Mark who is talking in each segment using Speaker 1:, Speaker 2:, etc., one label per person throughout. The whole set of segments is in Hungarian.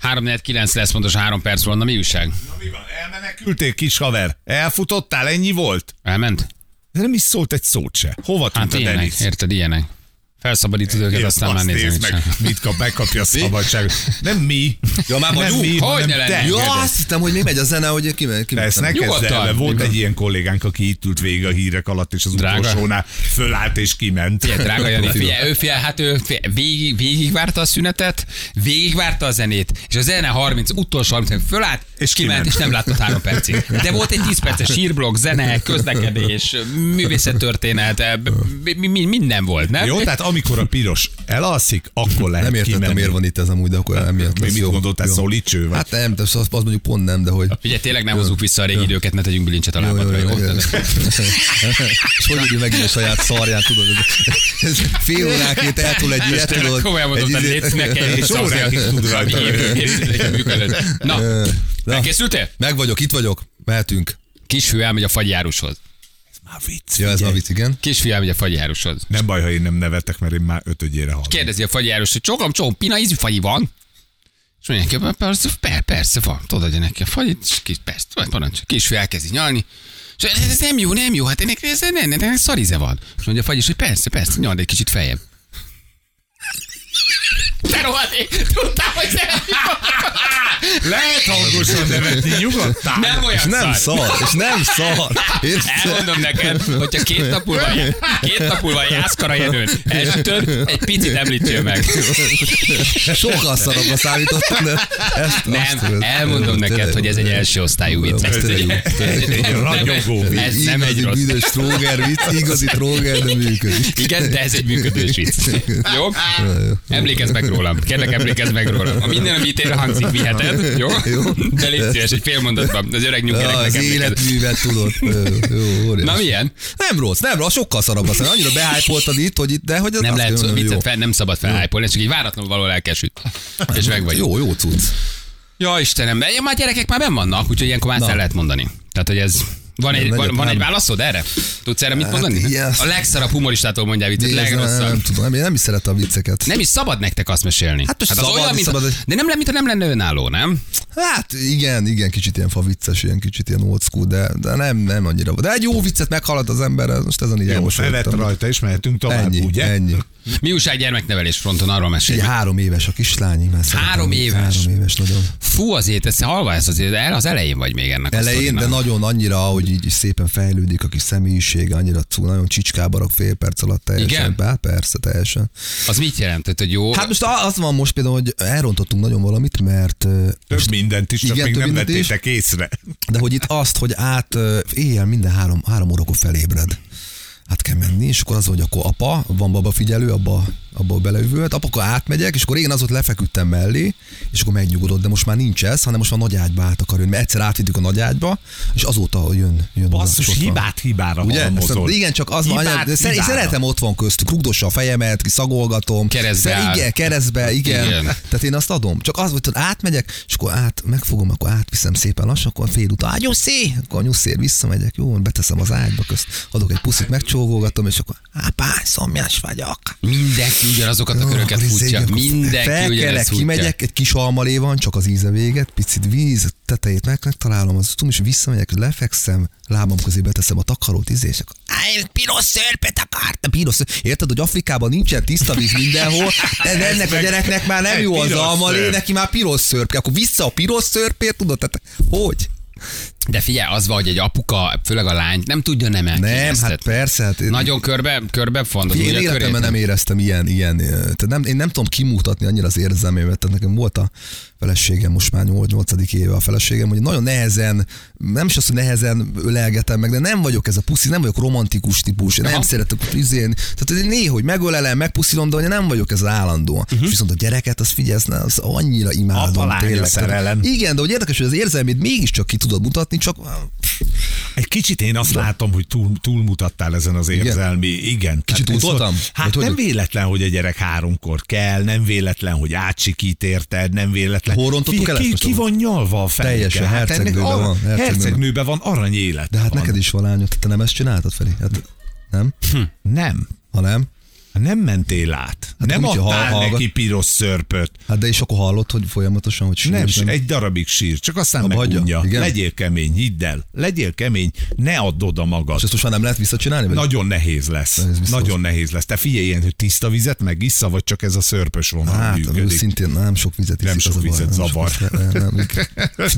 Speaker 1: 349 lesz pontos három perc volna, mi újság?
Speaker 2: Na mi van? Elmenekültél, kis haver? Elfutottál? Ennyi volt?
Speaker 1: Elment?
Speaker 2: De nem is szólt egy szót se. Hova tűnt
Speaker 1: Hát
Speaker 2: a
Speaker 1: ilyenek,
Speaker 2: Denis?
Speaker 1: érted, ilyenek. Felszabadítod őket,
Speaker 2: Én
Speaker 1: aztán már
Speaker 2: azt
Speaker 1: nézem.
Speaker 2: nézd
Speaker 1: mit
Speaker 2: meg,
Speaker 1: sem.
Speaker 2: mit kap, megkapja a szabadságot. Nem mi.
Speaker 3: Ja, már
Speaker 2: nem
Speaker 3: vagyunk?
Speaker 2: mi,
Speaker 1: Hogy
Speaker 2: hanem
Speaker 1: ne
Speaker 2: te.
Speaker 1: legyünk?
Speaker 3: Ja, azt hittem, hogy még megy a zene, hogy kimegy. Ki
Speaker 2: Ezt ne kezd
Speaker 1: Nyugodtan.
Speaker 2: el, mert volt
Speaker 1: Nyugodtan.
Speaker 2: egy ilyen kollégánk, aki itt ült végig a hírek alatt, és az
Speaker 1: Drága.
Speaker 2: utolsónál fölállt és kiment.
Speaker 1: Figyelj, drága Jani, figyelj, ő figyelj, hát ő figyelj, végig, végigvárta a szünetet, végigvárta a zenét, és a zene 30, utolsó 30 perc fölállt, és
Speaker 2: És
Speaker 1: kiment,
Speaker 2: kiment.
Speaker 1: és nem látott három percig. De volt egy 10 perces hírblokk, zene, közlekedés, művészettörténet, eh, mi- mi- mi- minden volt, nem?
Speaker 2: Jó, tehát amikor a piros elalszik, akkor lehet
Speaker 3: Nem értettem,
Speaker 2: kimenni.
Speaker 3: miért van itt ez amúgy, de akkor
Speaker 1: Hát,
Speaker 3: emiatt
Speaker 2: Mi
Speaker 3: lesz
Speaker 2: mit
Speaker 3: jó.
Speaker 2: gondoltál,
Speaker 3: Jó.
Speaker 2: szolicső vagy?
Speaker 3: Hát nem, de azt, azt mondjuk pont nem, de hogy...
Speaker 1: Ugye tényleg nem hozzuk vissza a régi időket, ne tegyünk bilincset a
Speaker 3: Jó, jó,
Speaker 1: lábadra. jó?
Speaker 3: jó, jó.
Speaker 1: Tehát-
Speaker 3: És hogy írja meg a saját szarját, tudod? Ez, ez fél óránként eltúl egy
Speaker 1: És
Speaker 3: ilyet,
Speaker 1: tényleg
Speaker 3: tudod?
Speaker 1: komolyan mondom,
Speaker 3: Egy
Speaker 1: tehát
Speaker 3: izé-
Speaker 1: létsz nekem
Speaker 2: És órákig tud rajta.
Speaker 1: Na,
Speaker 3: Na.
Speaker 1: elkészültél?
Speaker 3: Meg vagyok, itt vagyok, mehetünk.
Speaker 1: Kisfiú elmegy a fagyjárushoz.
Speaker 2: Hát, Már vicc.
Speaker 3: Ja, ez a vicc, igen.
Speaker 1: Kisfiú elmegy a fagyjárushoz.
Speaker 2: Nem baj, ha én nem nevetek, mert én már ötödjére hallom.
Speaker 1: Kérdezi a fagyjárus, hogy csókom, csókom, pina ízű fagyi van? És mondja neki, "Per- persze, per- persze van, tudod, adja neki a fagyit, és kis, persze, tudod, parancs. Kisfiú elkezdi nyalni, és ez, ez nem jó, nem jó, hát ennek, ez, ennek, ennek, ennek szaríze van. És mondja a fagyis, hogy persze, persze, nyald egy kicsit feljebb. Te rohadék, tudtam, hogy nem
Speaker 2: Lehet hangosan nevetni, nyugodtál.
Speaker 1: Nem olyan
Speaker 3: És nem
Speaker 1: szar.
Speaker 3: szar, és nem szar. Érted?
Speaker 1: Elmondom neked, hogyha két nap múlva, két nap múlva jászkara jenőn elsütöd, egy picit említsél meg.
Speaker 3: Sokkal szarabbra számítottam, de ezt azt
Speaker 1: Nem,
Speaker 3: tudod.
Speaker 1: elmondom
Speaker 3: Tényleg.
Speaker 1: neked, hogy ez egy első osztályú vicc.
Speaker 3: Ez
Speaker 1: Ez egy-
Speaker 3: tényleg jó, tényleg
Speaker 2: jó. Ragyogó vicc.
Speaker 1: Ez nem egy
Speaker 3: igazi
Speaker 1: rossz.
Speaker 3: büdös tróger vicc, igazi tróger, de működik.
Speaker 1: Igen, de ez egy működős vicc. Jó? Emlékezz meg rólam. Kérlek, emlékezz meg rólam. A minden, ami itt ér, hangzik, viheted. Jó?
Speaker 3: Jó.
Speaker 1: De légy szíves, egy fél mondatban. Az öreg
Speaker 3: Ja,
Speaker 1: nyugyereknek
Speaker 3: az
Speaker 1: emlékezz.
Speaker 3: életművet tudod. Jó, jó, óriás.
Speaker 1: Na milyen?
Speaker 3: Nem rossz, nem rossz, sokkal szarabb aztán. Annyira behájpoltad itt, hogy itt, de hogy az
Speaker 1: Nem
Speaker 3: azt
Speaker 1: lehet szó,
Speaker 3: mondom, jó.
Speaker 1: viccet fel, nem szabad felhájpolni, ez csak egy váratlanul való elkesült. És meg vagy.
Speaker 3: Jó, jó cucc.
Speaker 1: Ja, Istenem, de már gyerekek már ben vannak, úgyhogy ilyenkor már ezt el lehet mondani. Tehát, hogy ez... Van egy,
Speaker 3: nagyobb
Speaker 1: van, van
Speaker 3: nem.
Speaker 1: egy válaszod erre? Tudsz erre mit
Speaker 3: Hát
Speaker 1: mondani?
Speaker 3: ilyen.
Speaker 1: A legszarabb humoristától mondjál viccet,
Speaker 3: Nézd, nem,
Speaker 1: legrosszabb.
Speaker 3: nem, tudom, én nem is szeretem a vicceket.
Speaker 1: Nem is szabad nektek azt mesélni.
Speaker 3: Hát most szabad,
Speaker 1: mint,
Speaker 3: szabad, hogy-
Speaker 1: De nem, le- mintha nem lenne önálló, nem?
Speaker 3: Hát igen, igen, kicsit ilyen fa vicces, ilyen kicsit ilyen old school, de, de nem, nem annyira. De egy jó viccet meghallott az ember, ez most ezen így
Speaker 2: Jó,
Speaker 3: elmosolyodtam.
Speaker 2: felett rajta, és mehetünk tovább,
Speaker 3: Ennyi,
Speaker 2: ugye?
Speaker 3: ennyi.
Speaker 1: Mi újság gyermeknevelés fronton, arról
Speaker 3: Egy
Speaker 1: mesélj.
Speaker 3: három éves a kislány, én már szeretem.
Speaker 1: Három éves.
Speaker 3: Három éves nagyon.
Speaker 1: Fú, azért, ezt halva ez azért, el az elején vagy még ennek. a
Speaker 3: Elején, de
Speaker 1: sztorinak.
Speaker 3: nagyon annyira, hogy így szépen fejlődik a kis személyisége, annyira cú, nagyon csicskába rak fél perc alatt teljesen.
Speaker 1: Igen?
Speaker 3: Bá, persze, teljesen.
Speaker 1: Az mit jelent, Tehát, hogy jó?
Speaker 3: Hát most a- az van most például, hogy elrontottunk nagyon valamit, mert ö,
Speaker 2: Több mindent is, csak
Speaker 3: Igen,
Speaker 2: még
Speaker 3: több
Speaker 2: nem
Speaker 3: mindent is.
Speaker 2: vettétek észre.
Speaker 3: de hogy itt azt, hogy át ö, éjjel minden három, három órakor felébred. Hát kell menni, és akkor az, hogy akkor apa, van baba figyelő, abba, abba beleüvölt, apa, akkor átmegyek, és akkor régen az ott lefeküdtem mellé, és akkor megnyugodott, de most már nincs ez, hanem most már nagy ágyba át akar jönni, mert egyszer átvittük a nagy ágyba, és azóta jön, jön oda, és
Speaker 2: Basszus,
Speaker 3: ott van.
Speaker 2: hibát hibára
Speaker 3: Ugye? Ezt
Speaker 2: halmozol.
Speaker 3: a- Igen, csak az van,
Speaker 2: Hibát
Speaker 3: anya- de szer- én
Speaker 2: hibára.
Speaker 3: szeretem ott van köztük, rugdossa a fejemet, ki szagolgatom.
Speaker 1: Keresztbe
Speaker 3: Szer-
Speaker 1: áll.
Speaker 3: igen, keresztbe, igen.
Speaker 1: Igen.
Speaker 3: igen. Tehát én azt adom. Csak az, hogy tudod, átmegyek, és akkor át, megfogom, akkor átviszem szépen lassan, akkor fél után, "Á, nyuszé! Akkor a nyuszér visszamegyek, jó, beteszem az ágyba, közt adok egy puszit, megcsóvolgatom, és akkor, á, pány, szomjas vagyok.
Speaker 1: Mindenki ugyanazokat a
Speaker 3: Jó,
Speaker 1: köröket
Speaker 3: akkor izé,
Speaker 1: futja.
Speaker 3: akkor
Speaker 1: Mindenki
Speaker 3: felkelek,
Speaker 1: ugyanezt futja.
Speaker 3: kimegyek, egy kis almalé van, csak az íze véget, picit víz, tetejét meg, megtalálom az utom, és visszamegyek, lefekszem, lábam közé beteszem a takarót, izé, és akkor "Áj, piros szörpet akart, a piros szörp. Érted, hogy Afrikában nincsen tiszta víz mindenhol, ez ennek a
Speaker 2: meg-
Speaker 3: gyereknek már nem
Speaker 2: egy
Speaker 3: jó az
Speaker 2: piros
Speaker 3: almalé,
Speaker 2: szörp.
Speaker 3: neki már piros szörp, kell. akkor vissza a piros szörpért, tudod, tehát hogy?
Speaker 1: De figyelj, az van, hogy egy apuka, főleg a lány, nem tudja nem
Speaker 3: Nem, hát
Speaker 1: elkényeztetni.
Speaker 3: persze, hát én-
Speaker 1: Nagyon körbe, körbe fontos.
Speaker 3: Én életemben nem éreztem ilyen, ilyen, ö, tehát nem, én nem tudom kimutatni annyira az érzelmémet, tehát nekem volt a feleségem, most már 8, 8. éve a feleségem, hogy nagyon nehezen, nem is azt, hogy nehezen ölelgetem meg, de nem vagyok ez a puszi, nem vagyok romantikus típus, én
Speaker 1: Aha.
Speaker 3: nem szeretek izén, tehát én néhogy megölelem, megpuszilom, de hogy nem vagyok ez az állandóan. Uh-huh. És viszont a gyereket, azt figyelsz, na, az annyira imádom.
Speaker 2: Apa-lánya szerelem.
Speaker 3: Igen, de hogy érdekes, hogy az érzelmét mégiscsak ki tudod mutatni, csak
Speaker 2: Egy kicsit én azt látom, hogy túl, túlmutattál ezen az érzelmi. Igen. igen.
Speaker 3: Kicsit
Speaker 2: Tehát ez
Speaker 3: túltoltam?
Speaker 2: volt- Hát
Speaker 3: Vagy
Speaker 2: nem
Speaker 3: hogy-
Speaker 2: véletlen, hogy a gyerek háromkor kell, nem véletlen, hogy átsikít érted, nem véletlen.
Speaker 3: Horrontottuk
Speaker 2: Figyelj,
Speaker 3: el ezt
Speaker 2: ki,
Speaker 3: most
Speaker 2: ki van nyalva a fejéke?
Speaker 3: Teljesen,
Speaker 2: hát ennek
Speaker 3: hercegnőben
Speaker 2: arra-
Speaker 3: van, hercegnőben.
Speaker 2: Hercegnőben van, arany élet.
Speaker 3: de hát
Speaker 2: van.
Speaker 3: neked is van lányod, te nem ezt csináltad, Feri? Hát, nem?
Speaker 2: Nem.
Speaker 3: Ha nem?
Speaker 2: Nem mentél át.
Speaker 3: Hát
Speaker 2: nem
Speaker 3: akkor mit, ha
Speaker 2: adtál
Speaker 3: hallgat-
Speaker 2: neki piros szörpöt.
Speaker 3: Hát de és akkor hallott, hogy folyamatosan, hogy
Speaker 2: Nem,
Speaker 3: sírtam.
Speaker 2: egy darabig sír, csak aztán
Speaker 3: Abba hagyja?
Speaker 2: megunja.
Speaker 3: Igen?
Speaker 2: Legyél kemény, hidd el. Legyél kemény, ne add oda magad.
Speaker 3: És ezt most már nem lehet visszacsinálni? Vagy?
Speaker 2: Nagyon nehéz lesz.
Speaker 3: Ez biztos.
Speaker 2: Nagyon nehéz lesz. Te figyelj ilyen, hogy tiszta vizet megissza, vagy csak ez a szörpös vonal
Speaker 3: Hát, ő
Speaker 2: működik.
Speaker 3: szintén nem sok vizet iszik,
Speaker 2: Nem sok
Speaker 3: az a baj,
Speaker 2: vizet
Speaker 3: nem sok-
Speaker 2: zavar.
Speaker 3: Nem, nem, nem.
Speaker 2: Szóval
Speaker 3: De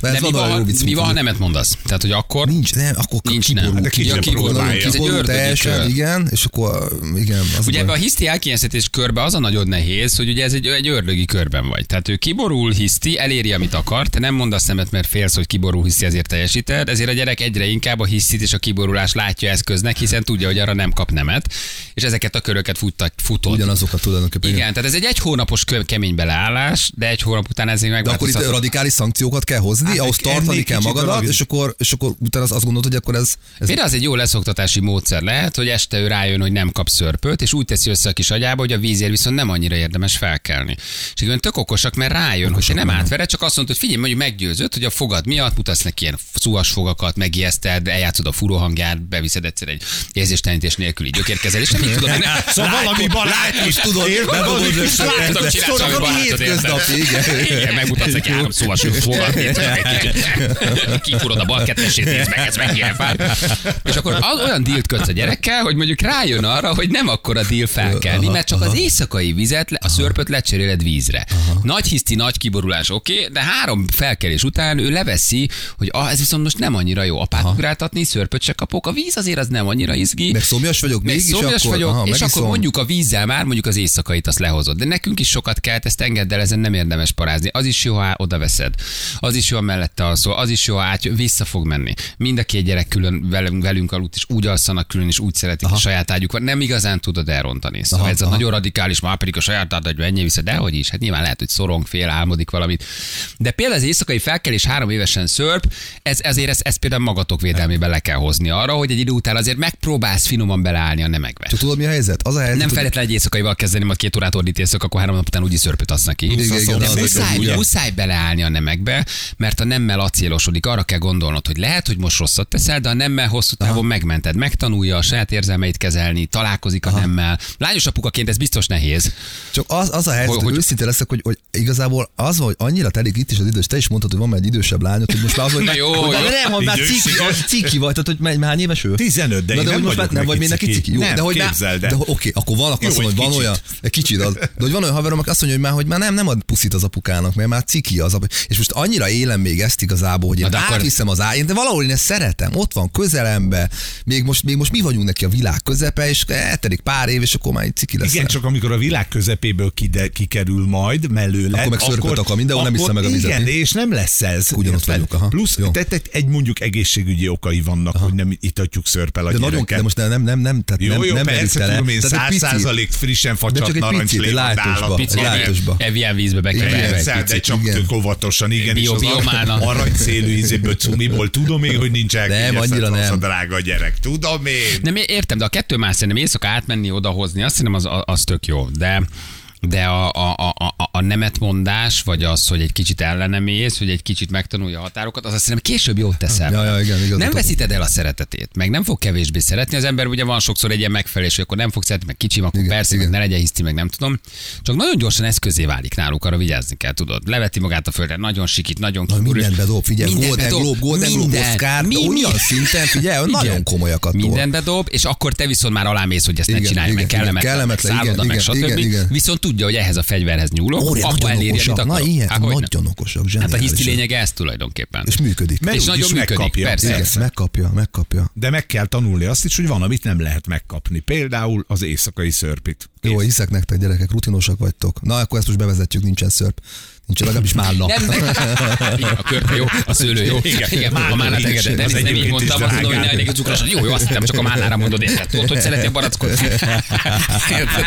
Speaker 1: De
Speaker 3: ez
Speaker 1: mi van,
Speaker 3: van
Speaker 1: ha-
Speaker 3: jó vicc.
Speaker 1: mi van, ha
Speaker 3: működik.
Speaker 1: nemet mondasz? Tehát, hogy akkor...
Speaker 3: Nincs, nem, akkor
Speaker 1: Nincs, nem. Hát
Speaker 3: kiborul.
Speaker 1: de
Speaker 2: ki sem
Speaker 3: kiborul,
Speaker 2: próbálja.
Speaker 3: kiborul
Speaker 1: Ez egy ördögi
Speaker 3: teljesen,
Speaker 1: kör.
Speaker 3: igen, és akkor igen. Az
Speaker 1: Ugye
Speaker 3: a
Speaker 1: ebbe a
Speaker 3: baj.
Speaker 1: hiszti elkényeztetés körbe az a nagyon nehéz, hogy ugye ez egy, egy ördögi körben vagy. Tehát ő kiborul, hiszti, eléri, amit akar, te nem mondasz nemet, mert félsz, hogy kiborul, hiszti, ezért teljesíted, ezért a gyerek egyre inkább a hisztit és a kiborulás látja eszköznek, hiszen tudja, hogy arra nem kap nemet, és ezeket a köröket futtak, futod.
Speaker 3: Ugyanazokat tulajdonképpen.
Speaker 1: Igen, tehát ez egy egy hónapos kö- kemény beleállás, de egy hónap után ezért
Speaker 3: De akkor itt
Speaker 1: megváltoztat.
Speaker 3: radikális szankciókat kell hozni,
Speaker 2: Hát,
Speaker 3: ahhoz
Speaker 2: ennél
Speaker 3: tartani
Speaker 2: kicsit
Speaker 3: kell magadat,
Speaker 2: radikális.
Speaker 3: és akkor, és akkor utána azt gondolod, hogy akkor ez, ez
Speaker 1: Például az egy jó leszoktatási módszer lehet, hogy este ő rájön, hogy nem kap szörpöt, és úgy teszi össze a kis agyába, hogy a vízért viszont nem annyira érdemes felkelni. És igen, tök okosak, mert rájön, hogy te nem átvered, csak azt mondod, hogy figyelj, mondjuk meggyőzött, hogy a fogad miatt mutatsz neki ilyen szúas fogakat, megijeszted, eljátszod a furóhangját, beviszed egyszer egy érzéstelenítés nélküli gyökérkezelést, nem tudom én.
Speaker 2: Szóval valami balát is tudod,
Speaker 3: bedobod
Speaker 2: valami
Speaker 3: rögtön.
Speaker 1: Látod, csinálsz,
Speaker 3: Szóval
Speaker 1: amit
Speaker 3: akkor
Speaker 1: barátod
Speaker 3: hétköznapi,
Speaker 1: érted.
Speaker 3: igen.
Speaker 1: Igen, megmutatsz egy három szóval fogat, kifurod a bal kettesét, és megkezd meg ilyen fáj. És akkor az, olyan dílt kötsz a gyerekkel, hogy mondjuk rájön arra, hogy nem akkor a díl felkelni, mert csak az éjszakai vizet, le- a szörpöt lecseréled vízre. Nagy hiszti, nagy kiborulás, oké, de három felkelés után ő leveszi, hogy ah, ez viszont most nem annyira jó. Apát ugráltatni, szörpöt se kapok, a víz azért az nem annyira izgi.
Speaker 3: meg szomjas vagyok,
Speaker 1: Még
Speaker 3: mégis
Speaker 1: szomjas
Speaker 3: akkor,
Speaker 1: vagyok, és
Speaker 3: megiszom.
Speaker 1: akkor mondjuk a vízzel már mondjuk az éjszakait azt lehozod. De nekünk is sokat kell, ezt engedd el, ezen nem érdemes parázni. Az is jó, ha oda veszed. Az is jó, ha mellette alszol. Az is jó, ha át, vissza fog menni. Mind a két gyerek külön velünk, velünk aludt, és úgy alszanak külön, és úgy szeretik a saját ágyuk van. Nem igazán tudod elrontani. Szóval
Speaker 3: Aha,
Speaker 1: ez a
Speaker 3: aha.
Speaker 1: nagyon radikális, már pedig a saját ágyba ennyi vissza, de hogy is, hát nyilván lehet, hogy szorong, fél, álmodik valamit. De például az éjszakai felkelés három évesen szörp, ez, ezért ezt, ezt például magatok védelmébe le kell hozni arra, hogy egy idő után azért megpróbálsz finoman beleállni a nemekbe.
Speaker 3: Csak tudod, mi a helyzet? Az a helyzet,
Speaker 1: Nem
Speaker 3: hogy-
Speaker 1: feltétlen egy éjszakaival kezdeni, majd két órát ordít éjszak, akkor három nap után úgyis szörpöt adsz neki.
Speaker 3: Igen, igen,
Speaker 1: De
Speaker 3: az
Speaker 1: Szóval muszáj,
Speaker 3: igen, ugye?
Speaker 1: muszáj beleállni a nemekbe, mert a nemmel acélosodik. Arra kell gondolnod, hogy lehet, hogy most rosszat teszel, de a nemmel hosszú távon megmented. Megtanulja a saját érzelmeit kezelni, találkozik a nemmel. Lányos apukaként ez biztos nehéz.
Speaker 3: Csak az, az a
Speaker 1: Hogy-
Speaker 3: helyzet, hogy,
Speaker 1: hogy-
Speaker 3: hogy őszinte leszek, hogy, hogy igazából az, hogy annyira telik itt is az idős, te is mondtad, hogy van már egy idősebb lányod, hogy most már az, hogy,
Speaker 1: Na jó,
Speaker 3: hogy
Speaker 1: jó.
Speaker 3: nem, hogy már
Speaker 2: Idős
Speaker 3: ciki, ciki vagy, tehát hogy mely- hány éves ő?
Speaker 2: 15, de
Speaker 3: Na,
Speaker 2: én nem
Speaker 3: de hogy most már
Speaker 2: vagyok
Speaker 3: nem vagy még
Speaker 2: neki
Speaker 3: neki
Speaker 2: ciki.
Speaker 3: ciki. Jó,
Speaker 2: Nem,
Speaker 3: de hogy már-
Speaker 2: képzeld el.
Speaker 3: de hogy- oké, akkor van,
Speaker 2: Jó,
Speaker 3: akkor azt
Speaker 2: egy
Speaker 3: mondom, hogy van
Speaker 2: kicsit.
Speaker 3: olyan, egy kicsit ad. De hogy van olyan haverom, aki azt mondja, hogy már, hogy már nem, nem ad puszit az apukának, mert már ciki az apu. És most annyira élem még ezt igazából, hogy én
Speaker 1: Na, de akkor-
Speaker 3: átviszem az á, én, de valahol én ezt szeretem, ott van közelembe, még most, még most mi vagyunk neki a világ közepe, és eltelik pár év, és akkor már egy ciki lesz.
Speaker 2: Igen, csak amikor a világ közepéből kide, kikerül majd mellőle.
Speaker 3: Akkor meg szörpöt akar mindenhol, nem
Speaker 2: akkor
Speaker 3: hiszem meg a vizet.
Speaker 2: Igen, és nem lesz ez.
Speaker 3: Ugyanott
Speaker 2: Érted?
Speaker 3: vagyok, aha.
Speaker 2: Plusz,
Speaker 3: Jó.
Speaker 2: tehát egy, egy mondjuk egészségügyi okai vannak, hogy nem itatjuk szörpel a
Speaker 3: De nagyon,
Speaker 2: gyereket.
Speaker 3: de most nem, nem, nem, nem, tehát
Speaker 2: Jó,
Speaker 3: nem,
Speaker 2: jó,
Speaker 3: nem verjük
Speaker 2: persze,
Speaker 3: tele.
Speaker 2: tudom én,
Speaker 3: Tehát egy
Speaker 2: száz
Speaker 3: pici-
Speaker 2: százalék frissen
Speaker 3: De
Speaker 2: facsat
Speaker 3: csak egy picit,
Speaker 2: narancslé
Speaker 3: egy
Speaker 2: van
Speaker 3: látosba.
Speaker 2: nálam.
Speaker 3: Egy látosba.
Speaker 1: Evian vízbe be kell
Speaker 3: Igen,
Speaker 1: verni egy
Speaker 2: Persze,
Speaker 1: picit.
Speaker 2: de csak
Speaker 3: igen.
Speaker 2: tök óvatosan, igen, és
Speaker 1: Bio-
Speaker 2: az ar-
Speaker 1: biomána.
Speaker 2: aranyszélű izéből cumiból tudom én, hogy nincs
Speaker 3: annyira
Speaker 2: elkényeztetve az a
Speaker 3: nem.
Speaker 2: drága gyerek. Tudom én.
Speaker 1: Nem é- értem, de a kettő más szerintem éjszaka átmenni, odahozni, azt szerintem az, az tök jó, de de a, a, a, a, a nemetmondás, vagy az, hogy egy kicsit ellenem ész, hogy egy kicsit megtanulja a határokat, az azt szerintem később jót teszel.
Speaker 3: Ja, ja, igen, igazad
Speaker 1: nem
Speaker 3: van.
Speaker 1: veszíted el a szeretetét, meg nem fog kevésbé szeretni. Az ember ugye van sokszor egy ilyen megfelelés, hogy akkor nem fog szeretni, meg kicsim, akkor igen,
Speaker 3: Igen,
Speaker 1: persze, igen.
Speaker 3: igen.
Speaker 1: meg ne legyen hiszti, meg nem tudom. Csak nagyon gyorsan eszközé válik náluk, arra vigyázni kell, tudod. Leveti magát a földre, nagyon sikít, nagyon
Speaker 3: Na,
Speaker 1: kiborul.
Speaker 3: mindent bedob, figyelj,
Speaker 1: Mindent
Speaker 3: Golden
Speaker 1: bedob,
Speaker 3: Globe, Golden Globe,
Speaker 1: mindent.
Speaker 3: Oscar, de
Speaker 1: Mi- mi-
Speaker 3: olyan szinten, figyelj, olyan Hát nagyon komolyakat tol.
Speaker 1: Minden bedob, és akkor te viszont már alámész, hogy ezt ne
Speaker 3: Igen,
Speaker 1: csinálj, meg
Speaker 3: igen, igen,
Speaker 1: kellemetlen,
Speaker 3: kellemetlen,
Speaker 1: meg szálloda,
Speaker 3: igen,
Speaker 1: meg
Speaker 3: igen,
Speaker 1: stb.
Speaker 3: igen, igen.
Speaker 1: Viszont tudja, hogy ehhez a fegyverhez nyúlok,
Speaker 3: Óriás,
Speaker 1: apa
Speaker 3: nagyon
Speaker 1: eléri, amit
Speaker 3: okosak. Na
Speaker 1: akarok.
Speaker 3: ilyen,
Speaker 1: Há, hogyne.
Speaker 3: nagyon okosak,
Speaker 1: Hát a hiszti
Speaker 3: zseniálisak.
Speaker 1: lényeg ez tulajdonképpen.
Speaker 3: És működik.
Speaker 2: Mert
Speaker 1: és
Speaker 2: úgy
Speaker 1: nagyon
Speaker 2: is
Speaker 1: működik,
Speaker 2: megkapja.
Speaker 1: persze.
Speaker 3: Igen, megkapja, megkapja.
Speaker 2: De meg kell tanulni azt is, hogy van, amit nem lehet megkapni. Például az éjszakai szörpit.
Speaker 3: Jó, hiszek nektek, gyerekek, rutinosak vagytok. Na, akkor ezt most bevezetjük, nincsen szörp. Nincsen legalábbis málna.
Speaker 1: Nem, nem. Igen, a körpe jó, a szőlő jó.
Speaker 2: Igen,
Speaker 1: Igen, már a
Speaker 2: igen,
Speaker 1: málnát
Speaker 2: igen,
Speaker 1: engedett.
Speaker 2: igen,
Speaker 1: Nem,
Speaker 2: az
Speaker 1: nem így
Speaker 2: egyébként
Speaker 1: mondtam,
Speaker 2: is
Speaker 1: azt mondom, hogy
Speaker 2: drágább.
Speaker 1: ne legyek cukrosan. Jó, jó, azt hittem, csak a málnára mondod, érted? Tudod, hogy szereti a barackot? Hát,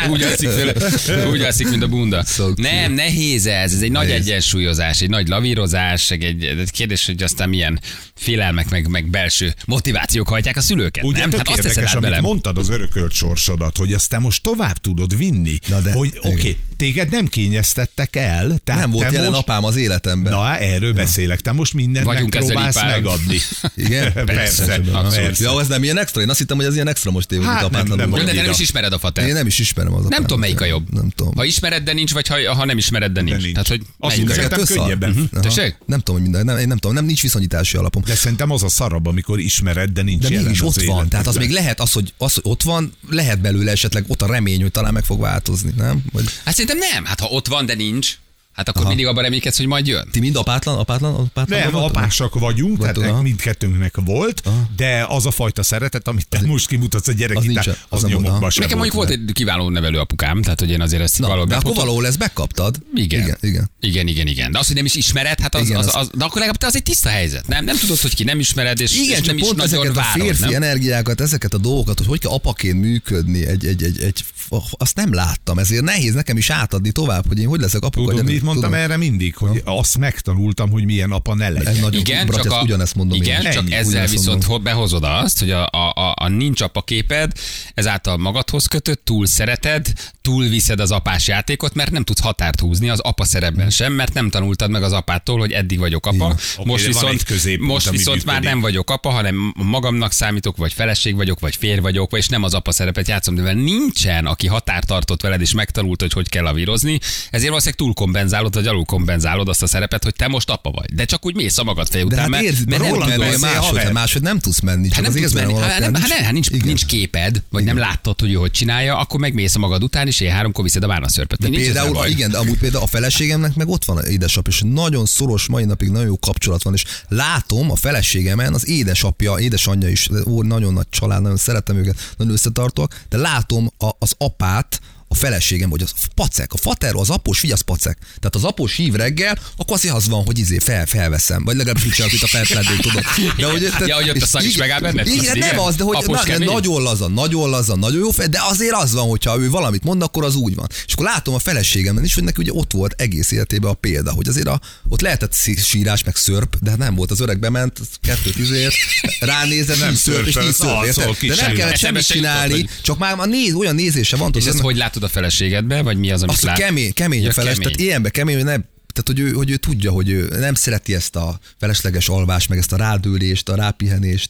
Speaker 1: Úgy alszik tőle, úgy alszik, mint a bunda.
Speaker 3: So cute.
Speaker 1: Nem, nehéz ez, ez egy nagy
Speaker 3: Nehéz.
Speaker 1: egyensúlyozás, egy nagy lavírozás, egy, egy, egy kérdés, hogy aztán milyen félelmek, meg, meg belső motivációk hajtják a szülőket,
Speaker 2: Ugye
Speaker 1: nem?
Speaker 2: tök
Speaker 1: Hát azt teszed
Speaker 2: érdekes,
Speaker 1: át
Speaker 2: amit
Speaker 1: bele.
Speaker 2: mondtad az örökölt sorsodat, hogy azt te most tovább tudod vinni,
Speaker 3: Na de,
Speaker 2: hogy oké,
Speaker 3: igen.
Speaker 2: okay, téged nem kényeztettek el. Tehát
Speaker 3: Nem volt
Speaker 2: te
Speaker 3: jelen
Speaker 2: most...
Speaker 3: apám az életemben.
Speaker 2: Na, erről ja. beszélek. Te most mindent
Speaker 1: Vagyunk
Speaker 2: Vagyunk
Speaker 1: ezzel
Speaker 2: megpróbálsz
Speaker 1: ipáron.
Speaker 2: megadni.
Speaker 3: Igen?
Speaker 2: Persze,
Speaker 3: Abszolút.
Speaker 2: persze.
Speaker 3: Ja, ez nem ilyen extra. Én azt hittem, hogy ez ilyen extra most téved,
Speaker 2: Hát
Speaker 3: amit apát
Speaker 2: nem, nem
Speaker 1: De
Speaker 2: vagy.
Speaker 3: adott.
Speaker 1: te nem
Speaker 2: Ida.
Speaker 1: is ismered a fatát.
Speaker 3: Én nem is ismerem az
Speaker 1: Nem
Speaker 3: apámat.
Speaker 1: tudom, melyik a jobb.
Speaker 3: Nem tudom.
Speaker 1: Ha ismered, de nincs, vagy ha, ha nem ismered, de nincs.
Speaker 2: nincs.
Speaker 1: Tehát, hogy
Speaker 2: Azt
Speaker 1: melyik a
Speaker 2: mondja,
Speaker 1: jobb.
Speaker 2: Szerintem
Speaker 3: Ezeket össze-
Speaker 2: könnyebben.
Speaker 3: Mhm. Aha.
Speaker 1: Tessék?
Speaker 3: Nem tudom, hogy minden, nem, én nem tudom, nem nincs viszonyítási alapom.
Speaker 2: De szerintem az a szarabb, amikor ismered, de nincs
Speaker 3: De
Speaker 2: jelen
Speaker 3: mégis
Speaker 2: az
Speaker 3: ott van,
Speaker 2: életedben.
Speaker 3: tehát az még lehet az hogy, az, hogy ott van, lehet belőle esetleg ott a remény, hogy talán meg fog változni, nem? Vagy
Speaker 1: Hát szerintem nem. Hát ha ott van, de nincs, hát akkor mindig abban reménykedsz, hogy majd jön.
Speaker 3: ti mind apátlan, apátlan, apátlan?
Speaker 2: Nem,
Speaker 3: voltatok?
Speaker 2: apásak vagyunk, tehát
Speaker 3: Gondolom.
Speaker 2: nek- mindkettőnknek volt, de az a fajta szeretet, amit te most kimutatsz a gyerek
Speaker 3: az
Speaker 2: ittán,
Speaker 3: nincs-
Speaker 2: az,
Speaker 3: az nem volt,
Speaker 2: nyomokban
Speaker 3: aha.
Speaker 2: sem
Speaker 1: Nekem mondjuk volt egy kiváló nevelő apukám, tehát hogy én azért ezt
Speaker 3: Na,
Speaker 1: valahol
Speaker 3: de akkor
Speaker 1: befutott-
Speaker 3: való lesz, megkaptad.
Speaker 1: Igen.
Speaker 3: Igen, igen.
Speaker 1: Igen, igen, igen. De az, hogy nem is ismered, hát az,
Speaker 3: Igen,
Speaker 1: igen, az,
Speaker 3: az-
Speaker 1: az, de akkor legalább te az egy tiszta helyzet. Nem, nem tudod, hogy ki nem ismered, és,
Speaker 3: Igen,
Speaker 1: és nem
Speaker 3: csak
Speaker 1: is
Speaker 3: pont
Speaker 1: nagyon
Speaker 3: ezeket a
Speaker 1: várod,
Speaker 3: férfi
Speaker 1: nem?
Speaker 3: energiákat, ezeket a dolgokat, hogy hogy kell apaként működni, egy, egy, egy, egy, azt nem láttam, ezért nehéz nekem is átadni tovább, hogy én hogy leszek apuka.
Speaker 2: Tudod,
Speaker 3: gyerek.
Speaker 2: mit mondtam
Speaker 3: Tudom.
Speaker 2: erre mindig? Hogy azt megtanultam, hogy milyen apa ne legyen.
Speaker 3: Ez nagyon
Speaker 1: Igen,
Speaker 3: bratya,
Speaker 1: csak, a,
Speaker 3: ugyanezt mondom én
Speaker 1: igen
Speaker 3: is.
Speaker 1: csak
Speaker 2: Ennyi,
Speaker 1: ezzel
Speaker 3: ugyanezt
Speaker 1: viszont ho- behozod azt, hogy a, a, a, a nincs apa képed, ezáltal magadhoz kötött, túl szereted, túl viszed az apás játékot, mert nem tudsz határt húzni az apa szerepben sem, mert nem tanultad meg az apától, hogy eddig vagyok apa,
Speaker 2: Oké,
Speaker 1: most
Speaker 2: de van egy
Speaker 1: viszont,
Speaker 2: középpont,
Speaker 1: most
Speaker 2: ami
Speaker 1: viszont már
Speaker 2: működik.
Speaker 1: nem vagyok apa, hanem magamnak számítok, vagy feleség vagyok, vagy férj vagyok, és nem az apa szerepet játszom, de mivel nincsen, aki határt tartott veled, és megtanult, hogy hogy kell lavírozni, ezért valószínűleg túl kompenzálod, vagy alul kompenzálod azt a szerepet, hogy te most apa vagy. De csak úgy mész a magad feje
Speaker 3: De
Speaker 1: után,
Speaker 3: hát
Speaker 1: mert,
Speaker 3: érzed,
Speaker 1: mert nem
Speaker 3: róla
Speaker 1: tudod.
Speaker 3: mennél
Speaker 2: beszél,
Speaker 3: máshogy,
Speaker 2: haver.
Speaker 3: hát máshogy nem tudsz menni.
Speaker 1: Hát
Speaker 3: Csak
Speaker 1: nem
Speaker 3: az
Speaker 1: tudsz
Speaker 3: érzben
Speaker 1: menni,
Speaker 3: alapján
Speaker 1: hát nem, hát nem, hát nincs,
Speaker 3: Igen.
Speaker 1: nincs képed, vagy nem láttad, hogy ő hogy csinálja, akkor megmész a magad után, és én háromkor viszed a bánaszörpöt. De
Speaker 3: Például, a, igen, de amúgy például a feleségemnek meg ott van a édesapja, és nagyon szoros, mai napig nagyon jó kapcsolat van, és látom a feleségemen az édesapja, édesanyja is, ó, nagyon nagy család, nagyon szeretem őket, nagyon összetartóak, de látom a, az apát, a feleségem, hogy az pacek, a fater, az após, figyelj, az pacek. Tehát az após hív reggel, akkor azért az van, hogy izé fel, felveszem, vagy legalábbis úgy csinálok, mint a feltlendő, tudod. De, hogy,
Speaker 1: Ja, hogy ott
Speaker 3: és
Speaker 1: a szag is
Speaker 3: így-
Speaker 1: megáll benned?
Speaker 3: Igen,
Speaker 1: Igen.
Speaker 3: nem az, de hogy
Speaker 1: Após
Speaker 3: na,
Speaker 1: kemény?
Speaker 3: nagyon nagyon laza, nagyon laza, nagyon jó fej, de azért az van, hogyha ő valamit mond, akkor az úgy van. És akkor látom a feleségemben is, hogy neki ugye ott volt egész életében a példa, hogy azért a, ott lehetett szí- sírás, meg szörp, de hát nem volt. Az öreg bement, az kettőt izért, ránézett, nem szörp, és
Speaker 2: szörpölt,
Speaker 3: nincs szörp,
Speaker 2: arcol
Speaker 3: érted?
Speaker 2: ki
Speaker 3: De nem
Speaker 2: sem.
Speaker 3: kellett
Speaker 1: Eszembe
Speaker 3: semmit
Speaker 1: se jutott,
Speaker 3: csinálni,
Speaker 1: hogy-
Speaker 3: csak már a néz, olyan nézése van,
Speaker 1: És
Speaker 3: tudod,
Speaker 1: ezt
Speaker 3: nem-
Speaker 1: hogy látod a feleségedbe, vagy mi az, amit
Speaker 3: azt, hogy
Speaker 1: lát?
Speaker 3: kemény, kemény
Speaker 1: Ja,
Speaker 3: a feles,
Speaker 1: kemény.
Speaker 3: tehát ilyenbe kemény, hogy nem, tehát, hogy ő, hogy ő tudja, hogy ő nem szereti ezt a felesleges alvást, meg ezt a rádőlést, a rápihenést,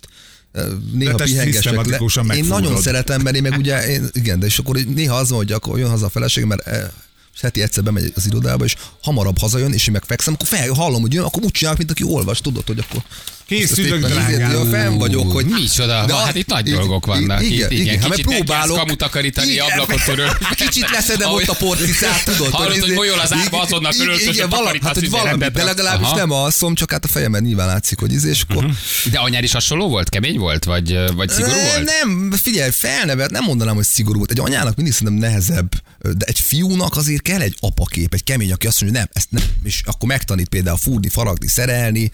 Speaker 3: ö, néha
Speaker 2: De te
Speaker 3: pihengesek.
Speaker 2: szisztematikusan
Speaker 3: én
Speaker 2: megfúrod.
Speaker 3: nagyon szeretem, mert én meg ugye, én, igen, de és akkor néha az van, hogy akkor jön haza a feleség, mert e, és heti egyszer bemegy az irodába, és hamarabb hazajön, és én megfekszem, akkor fel, hallom, hogy jön, akkor úgy csinálok, mint aki olvas, tudod, hogy akkor...
Speaker 2: Készülök,
Speaker 3: Ezt éppen
Speaker 2: drágám.
Speaker 3: ezért, ja, fenn vagyok, hogy...
Speaker 1: Micsoda,
Speaker 3: De
Speaker 1: van,
Speaker 3: az-
Speaker 1: hát itt nagy
Speaker 3: i-
Speaker 1: dolgok
Speaker 3: i-
Speaker 1: vannak.
Speaker 3: Igen,
Speaker 1: itt,
Speaker 3: igen,
Speaker 1: igen.
Speaker 3: hát mert
Speaker 1: kicsit
Speaker 3: próbálok.
Speaker 1: Kamu takarítani,
Speaker 3: Igen.
Speaker 1: ablakot töröl.
Speaker 3: Kicsit leszedem
Speaker 1: Ahogy-
Speaker 3: ott a porcicát, tudod?
Speaker 1: Hallod, hogy
Speaker 3: izé-
Speaker 1: golyó az árba,
Speaker 3: igen,
Speaker 1: azonnal körültözött,
Speaker 3: igen,
Speaker 1: hogy
Speaker 3: valami-
Speaker 1: takarítasz,
Speaker 3: Hát, hogy
Speaker 1: izé,
Speaker 3: valami,
Speaker 1: rendet
Speaker 3: de
Speaker 1: raksz.
Speaker 3: legalábbis
Speaker 1: Aha.
Speaker 3: nem alszom, csak hát a fejemben nyilván látszik, hogy izé, és akkor...
Speaker 1: De anyád is hasonló volt? Kemény volt? Vagy, vagy szigorú
Speaker 3: Ne,
Speaker 1: volt?
Speaker 3: Nem, figyelj, felnevet, nem mondanám, hogy szigorú volt. Egy anyának mindig szerintem nehezebb, de egy fiúnak azért kell egy apakép, egy kemény, aki azt mondja, nem, ezt nem, és akkor megtanít például fúrni, faragni, szerelni,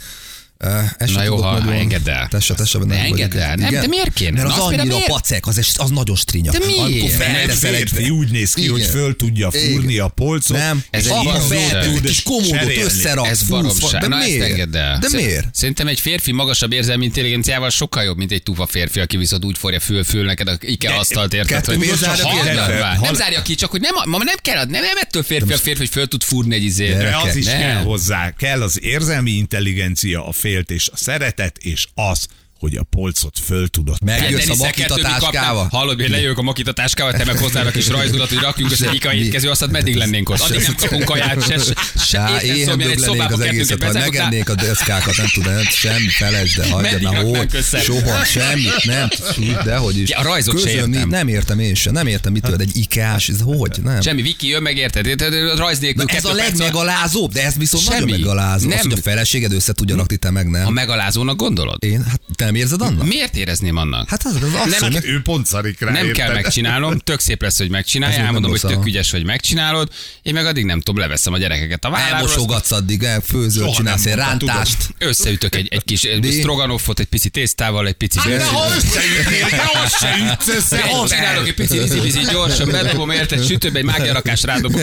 Speaker 3: Ö, ezt
Speaker 1: Na
Speaker 3: se
Speaker 1: jó,
Speaker 3: tudok
Speaker 1: ha-
Speaker 3: nagyon-
Speaker 1: ha engedd el.
Speaker 3: Tesse, tesse, nem
Speaker 1: Ne
Speaker 3: vagyok
Speaker 1: engedd el.
Speaker 3: ez.
Speaker 1: Nem,
Speaker 3: Igen.
Speaker 1: de miért kéne?
Speaker 3: Mert
Speaker 1: Na,
Speaker 3: az
Speaker 1: azt
Speaker 3: annyira
Speaker 1: miért?
Speaker 3: pacek, az, az nagyon strinya.
Speaker 1: De miért?
Speaker 3: Amikor felteszel egy-
Speaker 2: Férfi úgy néz ki, hogy
Speaker 3: Igen.
Speaker 2: föl tudja
Speaker 3: Igen.
Speaker 2: fúrni a polcot.
Speaker 3: Nem,
Speaker 1: Ez
Speaker 3: ez
Speaker 1: egy
Speaker 3: apa
Speaker 1: baromság.
Speaker 3: feltesz egy kis komódot
Speaker 2: Cserélni.
Speaker 3: összerak.
Speaker 1: Ez baromság.
Speaker 3: De
Speaker 1: Na,
Speaker 3: miért?
Speaker 1: ezt engedd el.
Speaker 3: De
Speaker 1: Szer-
Speaker 3: miért?
Speaker 1: Szerintem egy férfi magasabb érzelmi intelligenciával sokkal jobb, mint egy tufa férfi, aki viszont úgy forja föl, föl neked a Ikea asztalt érted,
Speaker 3: kettő
Speaker 1: hogy
Speaker 3: miért
Speaker 1: Csak
Speaker 3: zárja ki?
Speaker 1: hallgass
Speaker 2: Kettő.
Speaker 1: már. nem
Speaker 2: Hall-
Speaker 1: zárja ki, csak hogy nem, ma nem kell, ad- nem, nem ettől férfi a férfi, hogy föl tud fúrni egy izé- izét.
Speaker 2: De az is
Speaker 1: Nem.
Speaker 2: kell hozzá. Kell az érzelmi intelligencia, a félt és a szeretet, és az, hogy a polcot föl tudod.
Speaker 3: Megjössz a
Speaker 1: Tenniszel
Speaker 3: makita
Speaker 1: kettő, mi kapnánk?
Speaker 3: táskával.
Speaker 1: Hallod, én lejövök a makita táskával, te meg hoznál a kis rajzodat, hogy rakjunk össze egy Ikea
Speaker 3: Mi?
Speaker 1: étkező, azt meddig lennénk ott. Addig nem kapunk kaját, se, se,
Speaker 3: Á,
Speaker 1: se
Speaker 3: éhen
Speaker 1: étkező, egy
Speaker 3: döblenék
Speaker 1: Hát, szobába
Speaker 3: az
Speaker 1: kettőnket
Speaker 3: egészet, ha
Speaker 1: bezárok, rá-
Speaker 3: megennék a deszkákat, nem tudom, nem, semmi, felejtsd, de hagyjad
Speaker 1: Meddig
Speaker 3: már,
Speaker 1: raknánk
Speaker 3: hogy
Speaker 1: össze?
Speaker 3: soha, semmit, nem, tudsz, dehogy is.
Speaker 1: Ja, a rajzot se
Speaker 3: Közölni-
Speaker 1: értem.
Speaker 3: Nem értem én sem, nem értem, mit tudod, egy ikás, ez hogy, nem.
Speaker 1: Semmi, Viki, jön meg, érted? Érted, Rajz
Speaker 3: Na,
Speaker 1: nélkül kettő
Speaker 3: ez a
Speaker 1: perc alatt-
Speaker 3: legmegalázóbb, de ez viszont
Speaker 1: Semmi.
Speaker 3: nagyon megalázó.
Speaker 1: Nem.
Speaker 3: Az, hogy a feleséged össze tudja rakni, te meg
Speaker 1: Ha
Speaker 3: nem.
Speaker 1: megalázónak gondolod?
Speaker 3: Én, hát te nem érzed annak?
Speaker 1: Miért érezném annak?
Speaker 3: Hát az, az azt
Speaker 2: Hát
Speaker 3: mondja,
Speaker 2: ő poncarik rá.
Speaker 1: nem
Speaker 2: érted?
Speaker 1: kell megcsinálnom, tök szép lesz, hogy
Speaker 3: Ez
Speaker 1: megcsinálj,
Speaker 3: még nem
Speaker 1: elmondom, hogy
Speaker 3: rossz,
Speaker 1: tök
Speaker 3: aha.
Speaker 1: ügyes, hogy megcsinálod, én meg addig nem tudom, leveszem a gyerekeket a válláról,
Speaker 3: elmosogatsz addig, el- főzöl,
Speaker 2: Soha nem
Speaker 3: csinálsz egy
Speaker 2: mondtam, tudom.
Speaker 3: rántást.
Speaker 1: összeütök egy, egy kis
Speaker 3: De-
Speaker 1: stroganoffot, egy pici tésztával, egy pici
Speaker 2: Hát, de ha összeütnél, de azt se ütsz össze,
Speaker 1: Én
Speaker 2: az
Speaker 1: csinálok egy pici izi gyorsan, bedobom érted, sütőbe egy mágiarakást rádobok.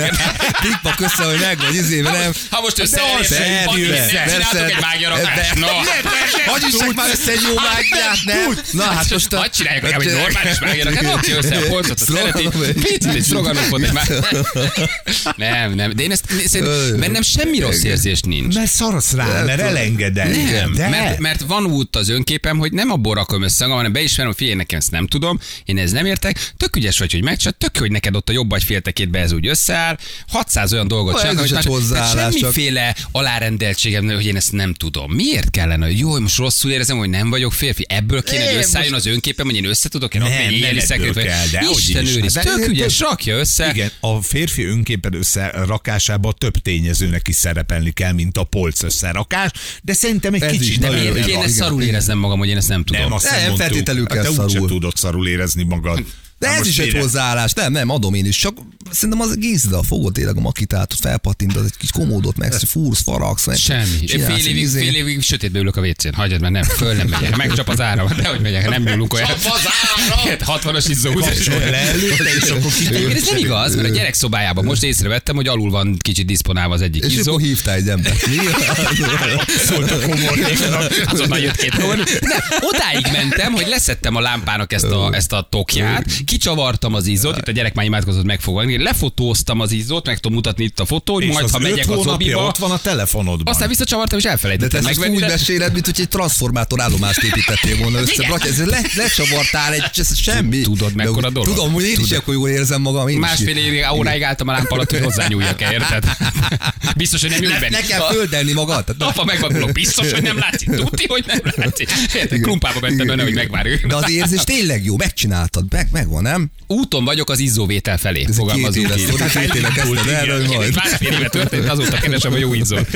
Speaker 3: Tikpak össze, hogy meg vagy izébe, nem?
Speaker 1: Ha most
Speaker 2: az
Speaker 1: összeérsz,
Speaker 2: se
Speaker 1: egy
Speaker 2: jön
Speaker 1: papírt,
Speaker 2: össze.
Speaker 1: csináltok
Speaker 3: Persze.
Speaker 1: egy mágiarakást, no.
Speaker 3: Hagyj is csak már össze egy jó jó vágnyát, nem? Na hát most...
Speaker 1: Hadd csinálják legalább, hogy normális vágjanak. Hát ott össze a polcot, a szereti. Picit egy szloganokot. Nem, nem. De én ezt én szerintem, bennem semmi rossz érzés nincs.
Speaker 2: Mert szarasz rá, mert elengeded.
Speaker 1: Nem,
Speaker 2: de
Speaker 1: mert, mert van út az önképem, hogy nem abból rakom össze magam, hanem beismerem, figyelj, nekem ezt nem tudom, én ezt nem értek. Tök ügyes vagy, hogy megcsinálod, tök jó, hogy neked ott a jobb vagy féltekétbe ez úgy összeáll. 600 olyan dolgot
Speaker 3: Ez
Speaker 1: csinálok,
Speaker 3: is
Speaker 1: amit
Speaker 3: egy
Speaker 1: már-
Speaker 3: hozzáállás,
Speaker 1: tehát
Speaker 3: csak-
Speaker 1: semmiféle alárendeltségem, nem, hogy én ezt nem tudom. Miért kellene, hogy jó, hogy most rosszul érzem, hogy nem vagyok férfi, ebből kéne, hogy
Speaker 2: Én
Speaker 1: összeálljon az önképem, hogy én össze tudok
Speaker 2: Nem,
Speaker 1: rakni egy
Speaker 2: nem
Speaker 1: éjjeli
Speaker 2: ebből
Speaker 1: szekrényt, vagy-
Speaker 2: kell, dehogy
Speaker 1: Isten
Speaker 2: is.
Speaker 1: őriz,
Speaker 2: Hát
Speaker 1: tök
Speaker 2: de-
Speaker 1: ügyes, rakja össze.
Speaker 2: Igen, a férfi önképen összerakásába több tényezőnek is szerepelni kell, mint a polc összerakás, de szerintem egy
Speaker 3: Ez is
Speaker 2: kicsit
Speaker 3: nagyon
Speaker 2: nem
Speaker 1: Miért
Speaker 3: jó.
Speaker 2: ér-
Speaker 1: kéne
Speaker 3: Igen.
Speaker 1: szarul éreznem magam, hogy én ezt nem tudom?
Speaker 2: Nem, azt
Speaker 3: Nem,
Speaker 2: nem, mondtuk.
Speaker 3: feltétlenül kell
Speaker 2: hát te
Speaker 3: szarul.
Speaker 2: úgyse tudod szarul érezni magad.
Speaker 3: De
Speaker 2: Na
Speaker 3: ez
Speaker 2: most
Speaker 3: is egy
Speaker 2: tényleg.
Speaker 3: hozzáállás, nem, nem, adom én is. Csak szerintem az Gézda fogod tényleg a makitát, felpattintod egy kis komódot, meg fúrsz, faragsz. meg
Speaker 1: Semmi. Én
Speaker 3: csinálsz
Speaker 1: fél
Speaker 3: egy izé-
Speaker 1: évig,
Speaker 3: izét.
Speaker 1: fél évig sötétbe ülök a WC-n. Hagyjad, mert nem, föl nem megyek. Megcsap az áram, de hogy megyek, nem nyúlunk olyan. Csap az áram! 60-as izzó.
Speaker 2: Kapcsolj le előtte, és akkor
Speaker 1: Egyébként ez nem
Speaker 2: kikapcsolj.
Speaker 1: igaz, mert a gyerek szobájában most észrevettem, hogy alul van kicsit diszponálva az egyik
Speaker 3: És
Speaker 1: izzó.
Speaker 3: akkor hívtál egy embert. Mi?
Speaker 2: Szólt a komornéknak.
Speaker 1: Azonnal jött két óra. De Odáig mentem, hogy leszettem a lámpának ezt a, ezt a tokját, kicsavartam az izzót, itt a gyerek már imádkozott megfogni, lefotóztam az izzót, meg tudom mutatni itt a fotót,
Speaker 2: És
Speaker 1: majd
Speaker 2: az
Speaker 1: ha
Speaker 2: öt
Speaker 1: megyek a
Speaker 2: hónapja
Speaker 1: zobiba,
Speaker 2: ott van a telefonodban.
Speaker 1: aztán visszacsavartam és
Speaker 3: De te
Speaker 1: elfelejtettem
Speaker 3: ezt most
Speaker 1: megvenni,
Speaker 3: úgy
Speaker 1: de
Speaker 3: meséled, mint hogy egy transformátor állomást építettél volna össze.
Speaker 1: Igen.
Speaker 3: Brak, ez le, lecsavartál egy ez semmi.
Speaker 1: Tudod,
Speaker 3: De
Speaker 1: mekkora
Speaker 3: úgy-
Speaker 1: dolog?
Speaker 3: Tudom, hogy én is
Speaker 1: Tudod.
Speaker 3: akkor jól érzem magam. Én is
Speaker 1: másfél
Speaker 3: így-
Speaker 1: évig óráig álltam a lámpa alatt, hogy hozzányúljak el, érted? Biztos, hogy nem jön
Speaker 3: Ne,
Speaker 1: be.
Speaker 3: ne kell földelni magad. Tehát-
Speaker 1: Apa megvakulok, biztos, hogy nem látszik. Tudti, hogy nem látszik. Érted, klumpába mentem benne, hogy megvár ő.
Speaker 3: De az érzés tényleg jó, megcsináltad, meg, megvan, nem?
Speaker 1: Úton vagyok az izzóvétel felé.
Speaker 3: Ez egy két
Speaker 1: Fogalmazunk
Speaker 3: éves
Speaker 1: így.
Speaker 3: sztori, két éve kezdted el, hogy
Speaker 1: Igen,
Speaker 3: majd.
Speaker 1: itt másfél éve történt, azóta keresem a jó izzót.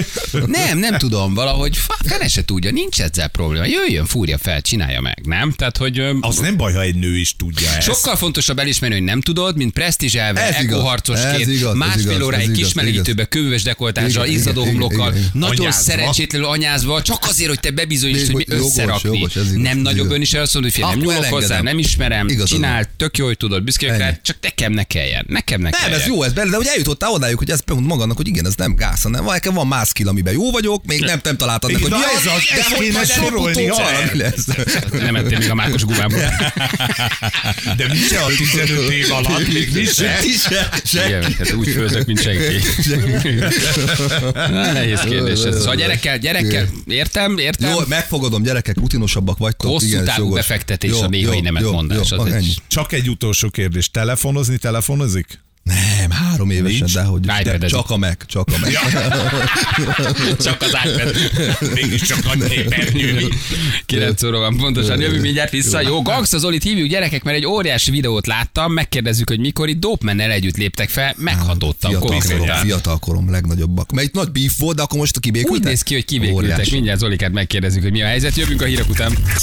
Speaker 1: Nem, nem tudom, valahogy fa- fene se tudja, nincs ezzel probléma. Jöjjön, fúrja fel, csinálja meg, nem? Tehát, hogy öm,
Speaker 2: Az nem baj, ha egy nő is tudja ezt.
Speaker 1: Sokkal fontosabb elismerni, hogy nem tudod, mint presztízselve,
Speaker 3: Ez igaz, ez igaz,
Speaker 1: ekoharcosként,
Speaker 3: ez igaz,
Speaker 1: másfél
Speaker 3: ez
Speaker 1: óráig
Speaker 3: igaz,
Speaker 1: kismelegítőbe, kövös dekoltással,
Speaker 3: Igen,
Speaker 1: izzadó
Speaker 3: igen,
Speaker 1: homlokkal,
Speaker 3: igen, igen.
Speaker 1: nagyon
Speaker 2: Anyázva.
Speaker 1: szerencsétlenül anyázva, csak azért, hogy te bebizonyítsd,
Speaker 3: Még
Speaker 1: hogy mi
Speaker 3: hogy jogos,
Speaker 1: összerakni.
Speaker 3: jogos, ez igaz, ez
Speaker 1: Nem nagyobb
Speaker 3: igaz.
Speaker 1: ön is azt mondod, hogy figyelj, nem
Speaker 3: Akkor
Speaker 1: nyúlok hozzá,
Speaker 3: elengedem.
Speaker 1: nem ismerem,
Speaker 3: Igazad van.
Speaker 1: csinál, tök jó, hogy tudod, büszkék
Speaker 3: Ennyi.
Speaker 1: rá, csak nekem ne kelljen, nekem ne
Speaker 3: Nem,
Speaker 1: kelljen.
Speaker 3: ez jó, ez belőle, de hogy eljutottál odáig, hogy ezt pont magadnak, hogy igen, ez nem gáz, hanem van, nekem van más skill, amiben jó vagyok, még nem, nem találtad meg, hogy
Speaker 2: Na,
Speaker 3: mi
Speaker 2: ez az, ezt
Speaker 3: hogy
Speaker 2: kéne
Speaker 3: majd
Speaker 2: sorolni,
Speaker 3: előbb-utóbb
Speaker 2: jaj.
Speaker 3: valami lesz.
Speaker 1: Nem ettél még a mákos gumából.
Speaker 2: De mi se a 15 év alatt, még mi se.
Speaker 3: Senki se,
Speaker 1: Igen,
Speaker 3: senki.
Speaker 1: hát úgy főzök, mint senki. Na, nehéz kérdés ez. Szóval gyerekkel, gyerekkel, értem, értem.
Speaker 3: Jó, megfogadom, gyerekek, rutinosabbak vagytok.
Speaker 1: Hosszú
Speaker 3: igen, ez
Speaker 1: távú
Speaker 3: jogos.
Speaker 1: befektetés
Speaker 3: Jó,
Speaker 1: a néhai
Speaker 3: jó,
Speaker 1: nemet
Speaker 3: jó,
Speaker 1: mondás,
Speaker 3: jó,
Speaker 1: az egy-
Speaker 3: ennyi.
Speaker 2: Csak egy utolsó kérdés. Telefonozni, telefonozik?
Speaker 3: Nem, három évesen,
Speaker 2: Nincs?
Speaker 3: de hogy
Speaker 1: iPad-edik.
Speaker 3: csak a meg, csak a meg.
Speaker 1: Csak az iPad.
Speaker 2: Mégiscsak a népernyői.
Speaker 1: 9 óra van, pontosan. Jövünk mindjárt vissza. Jó, Gangsta Zolit hívjuk gyerekek, mert egy óriási videót láttam, megkérdezzük, hogy mikor itt Dopmennel együtt léptek fel, meghatódtam
Speaker 3: Fiatal korom,
Speaker 1: konkrétan.
Speaker 3: fiatal korom legnagyobbak. Mert itt nagy beef volt, de akkor most a
Speaker 1: Úgy
Speaker 3: kibékültek?
Speaker 1: néz ki, hogy kivékültek.
Speaker 3: Óriási.
Speaker 1: Mindjárt Zolikát megkérdezzük, hogy mi a helyzet. Jövünk a hírek után.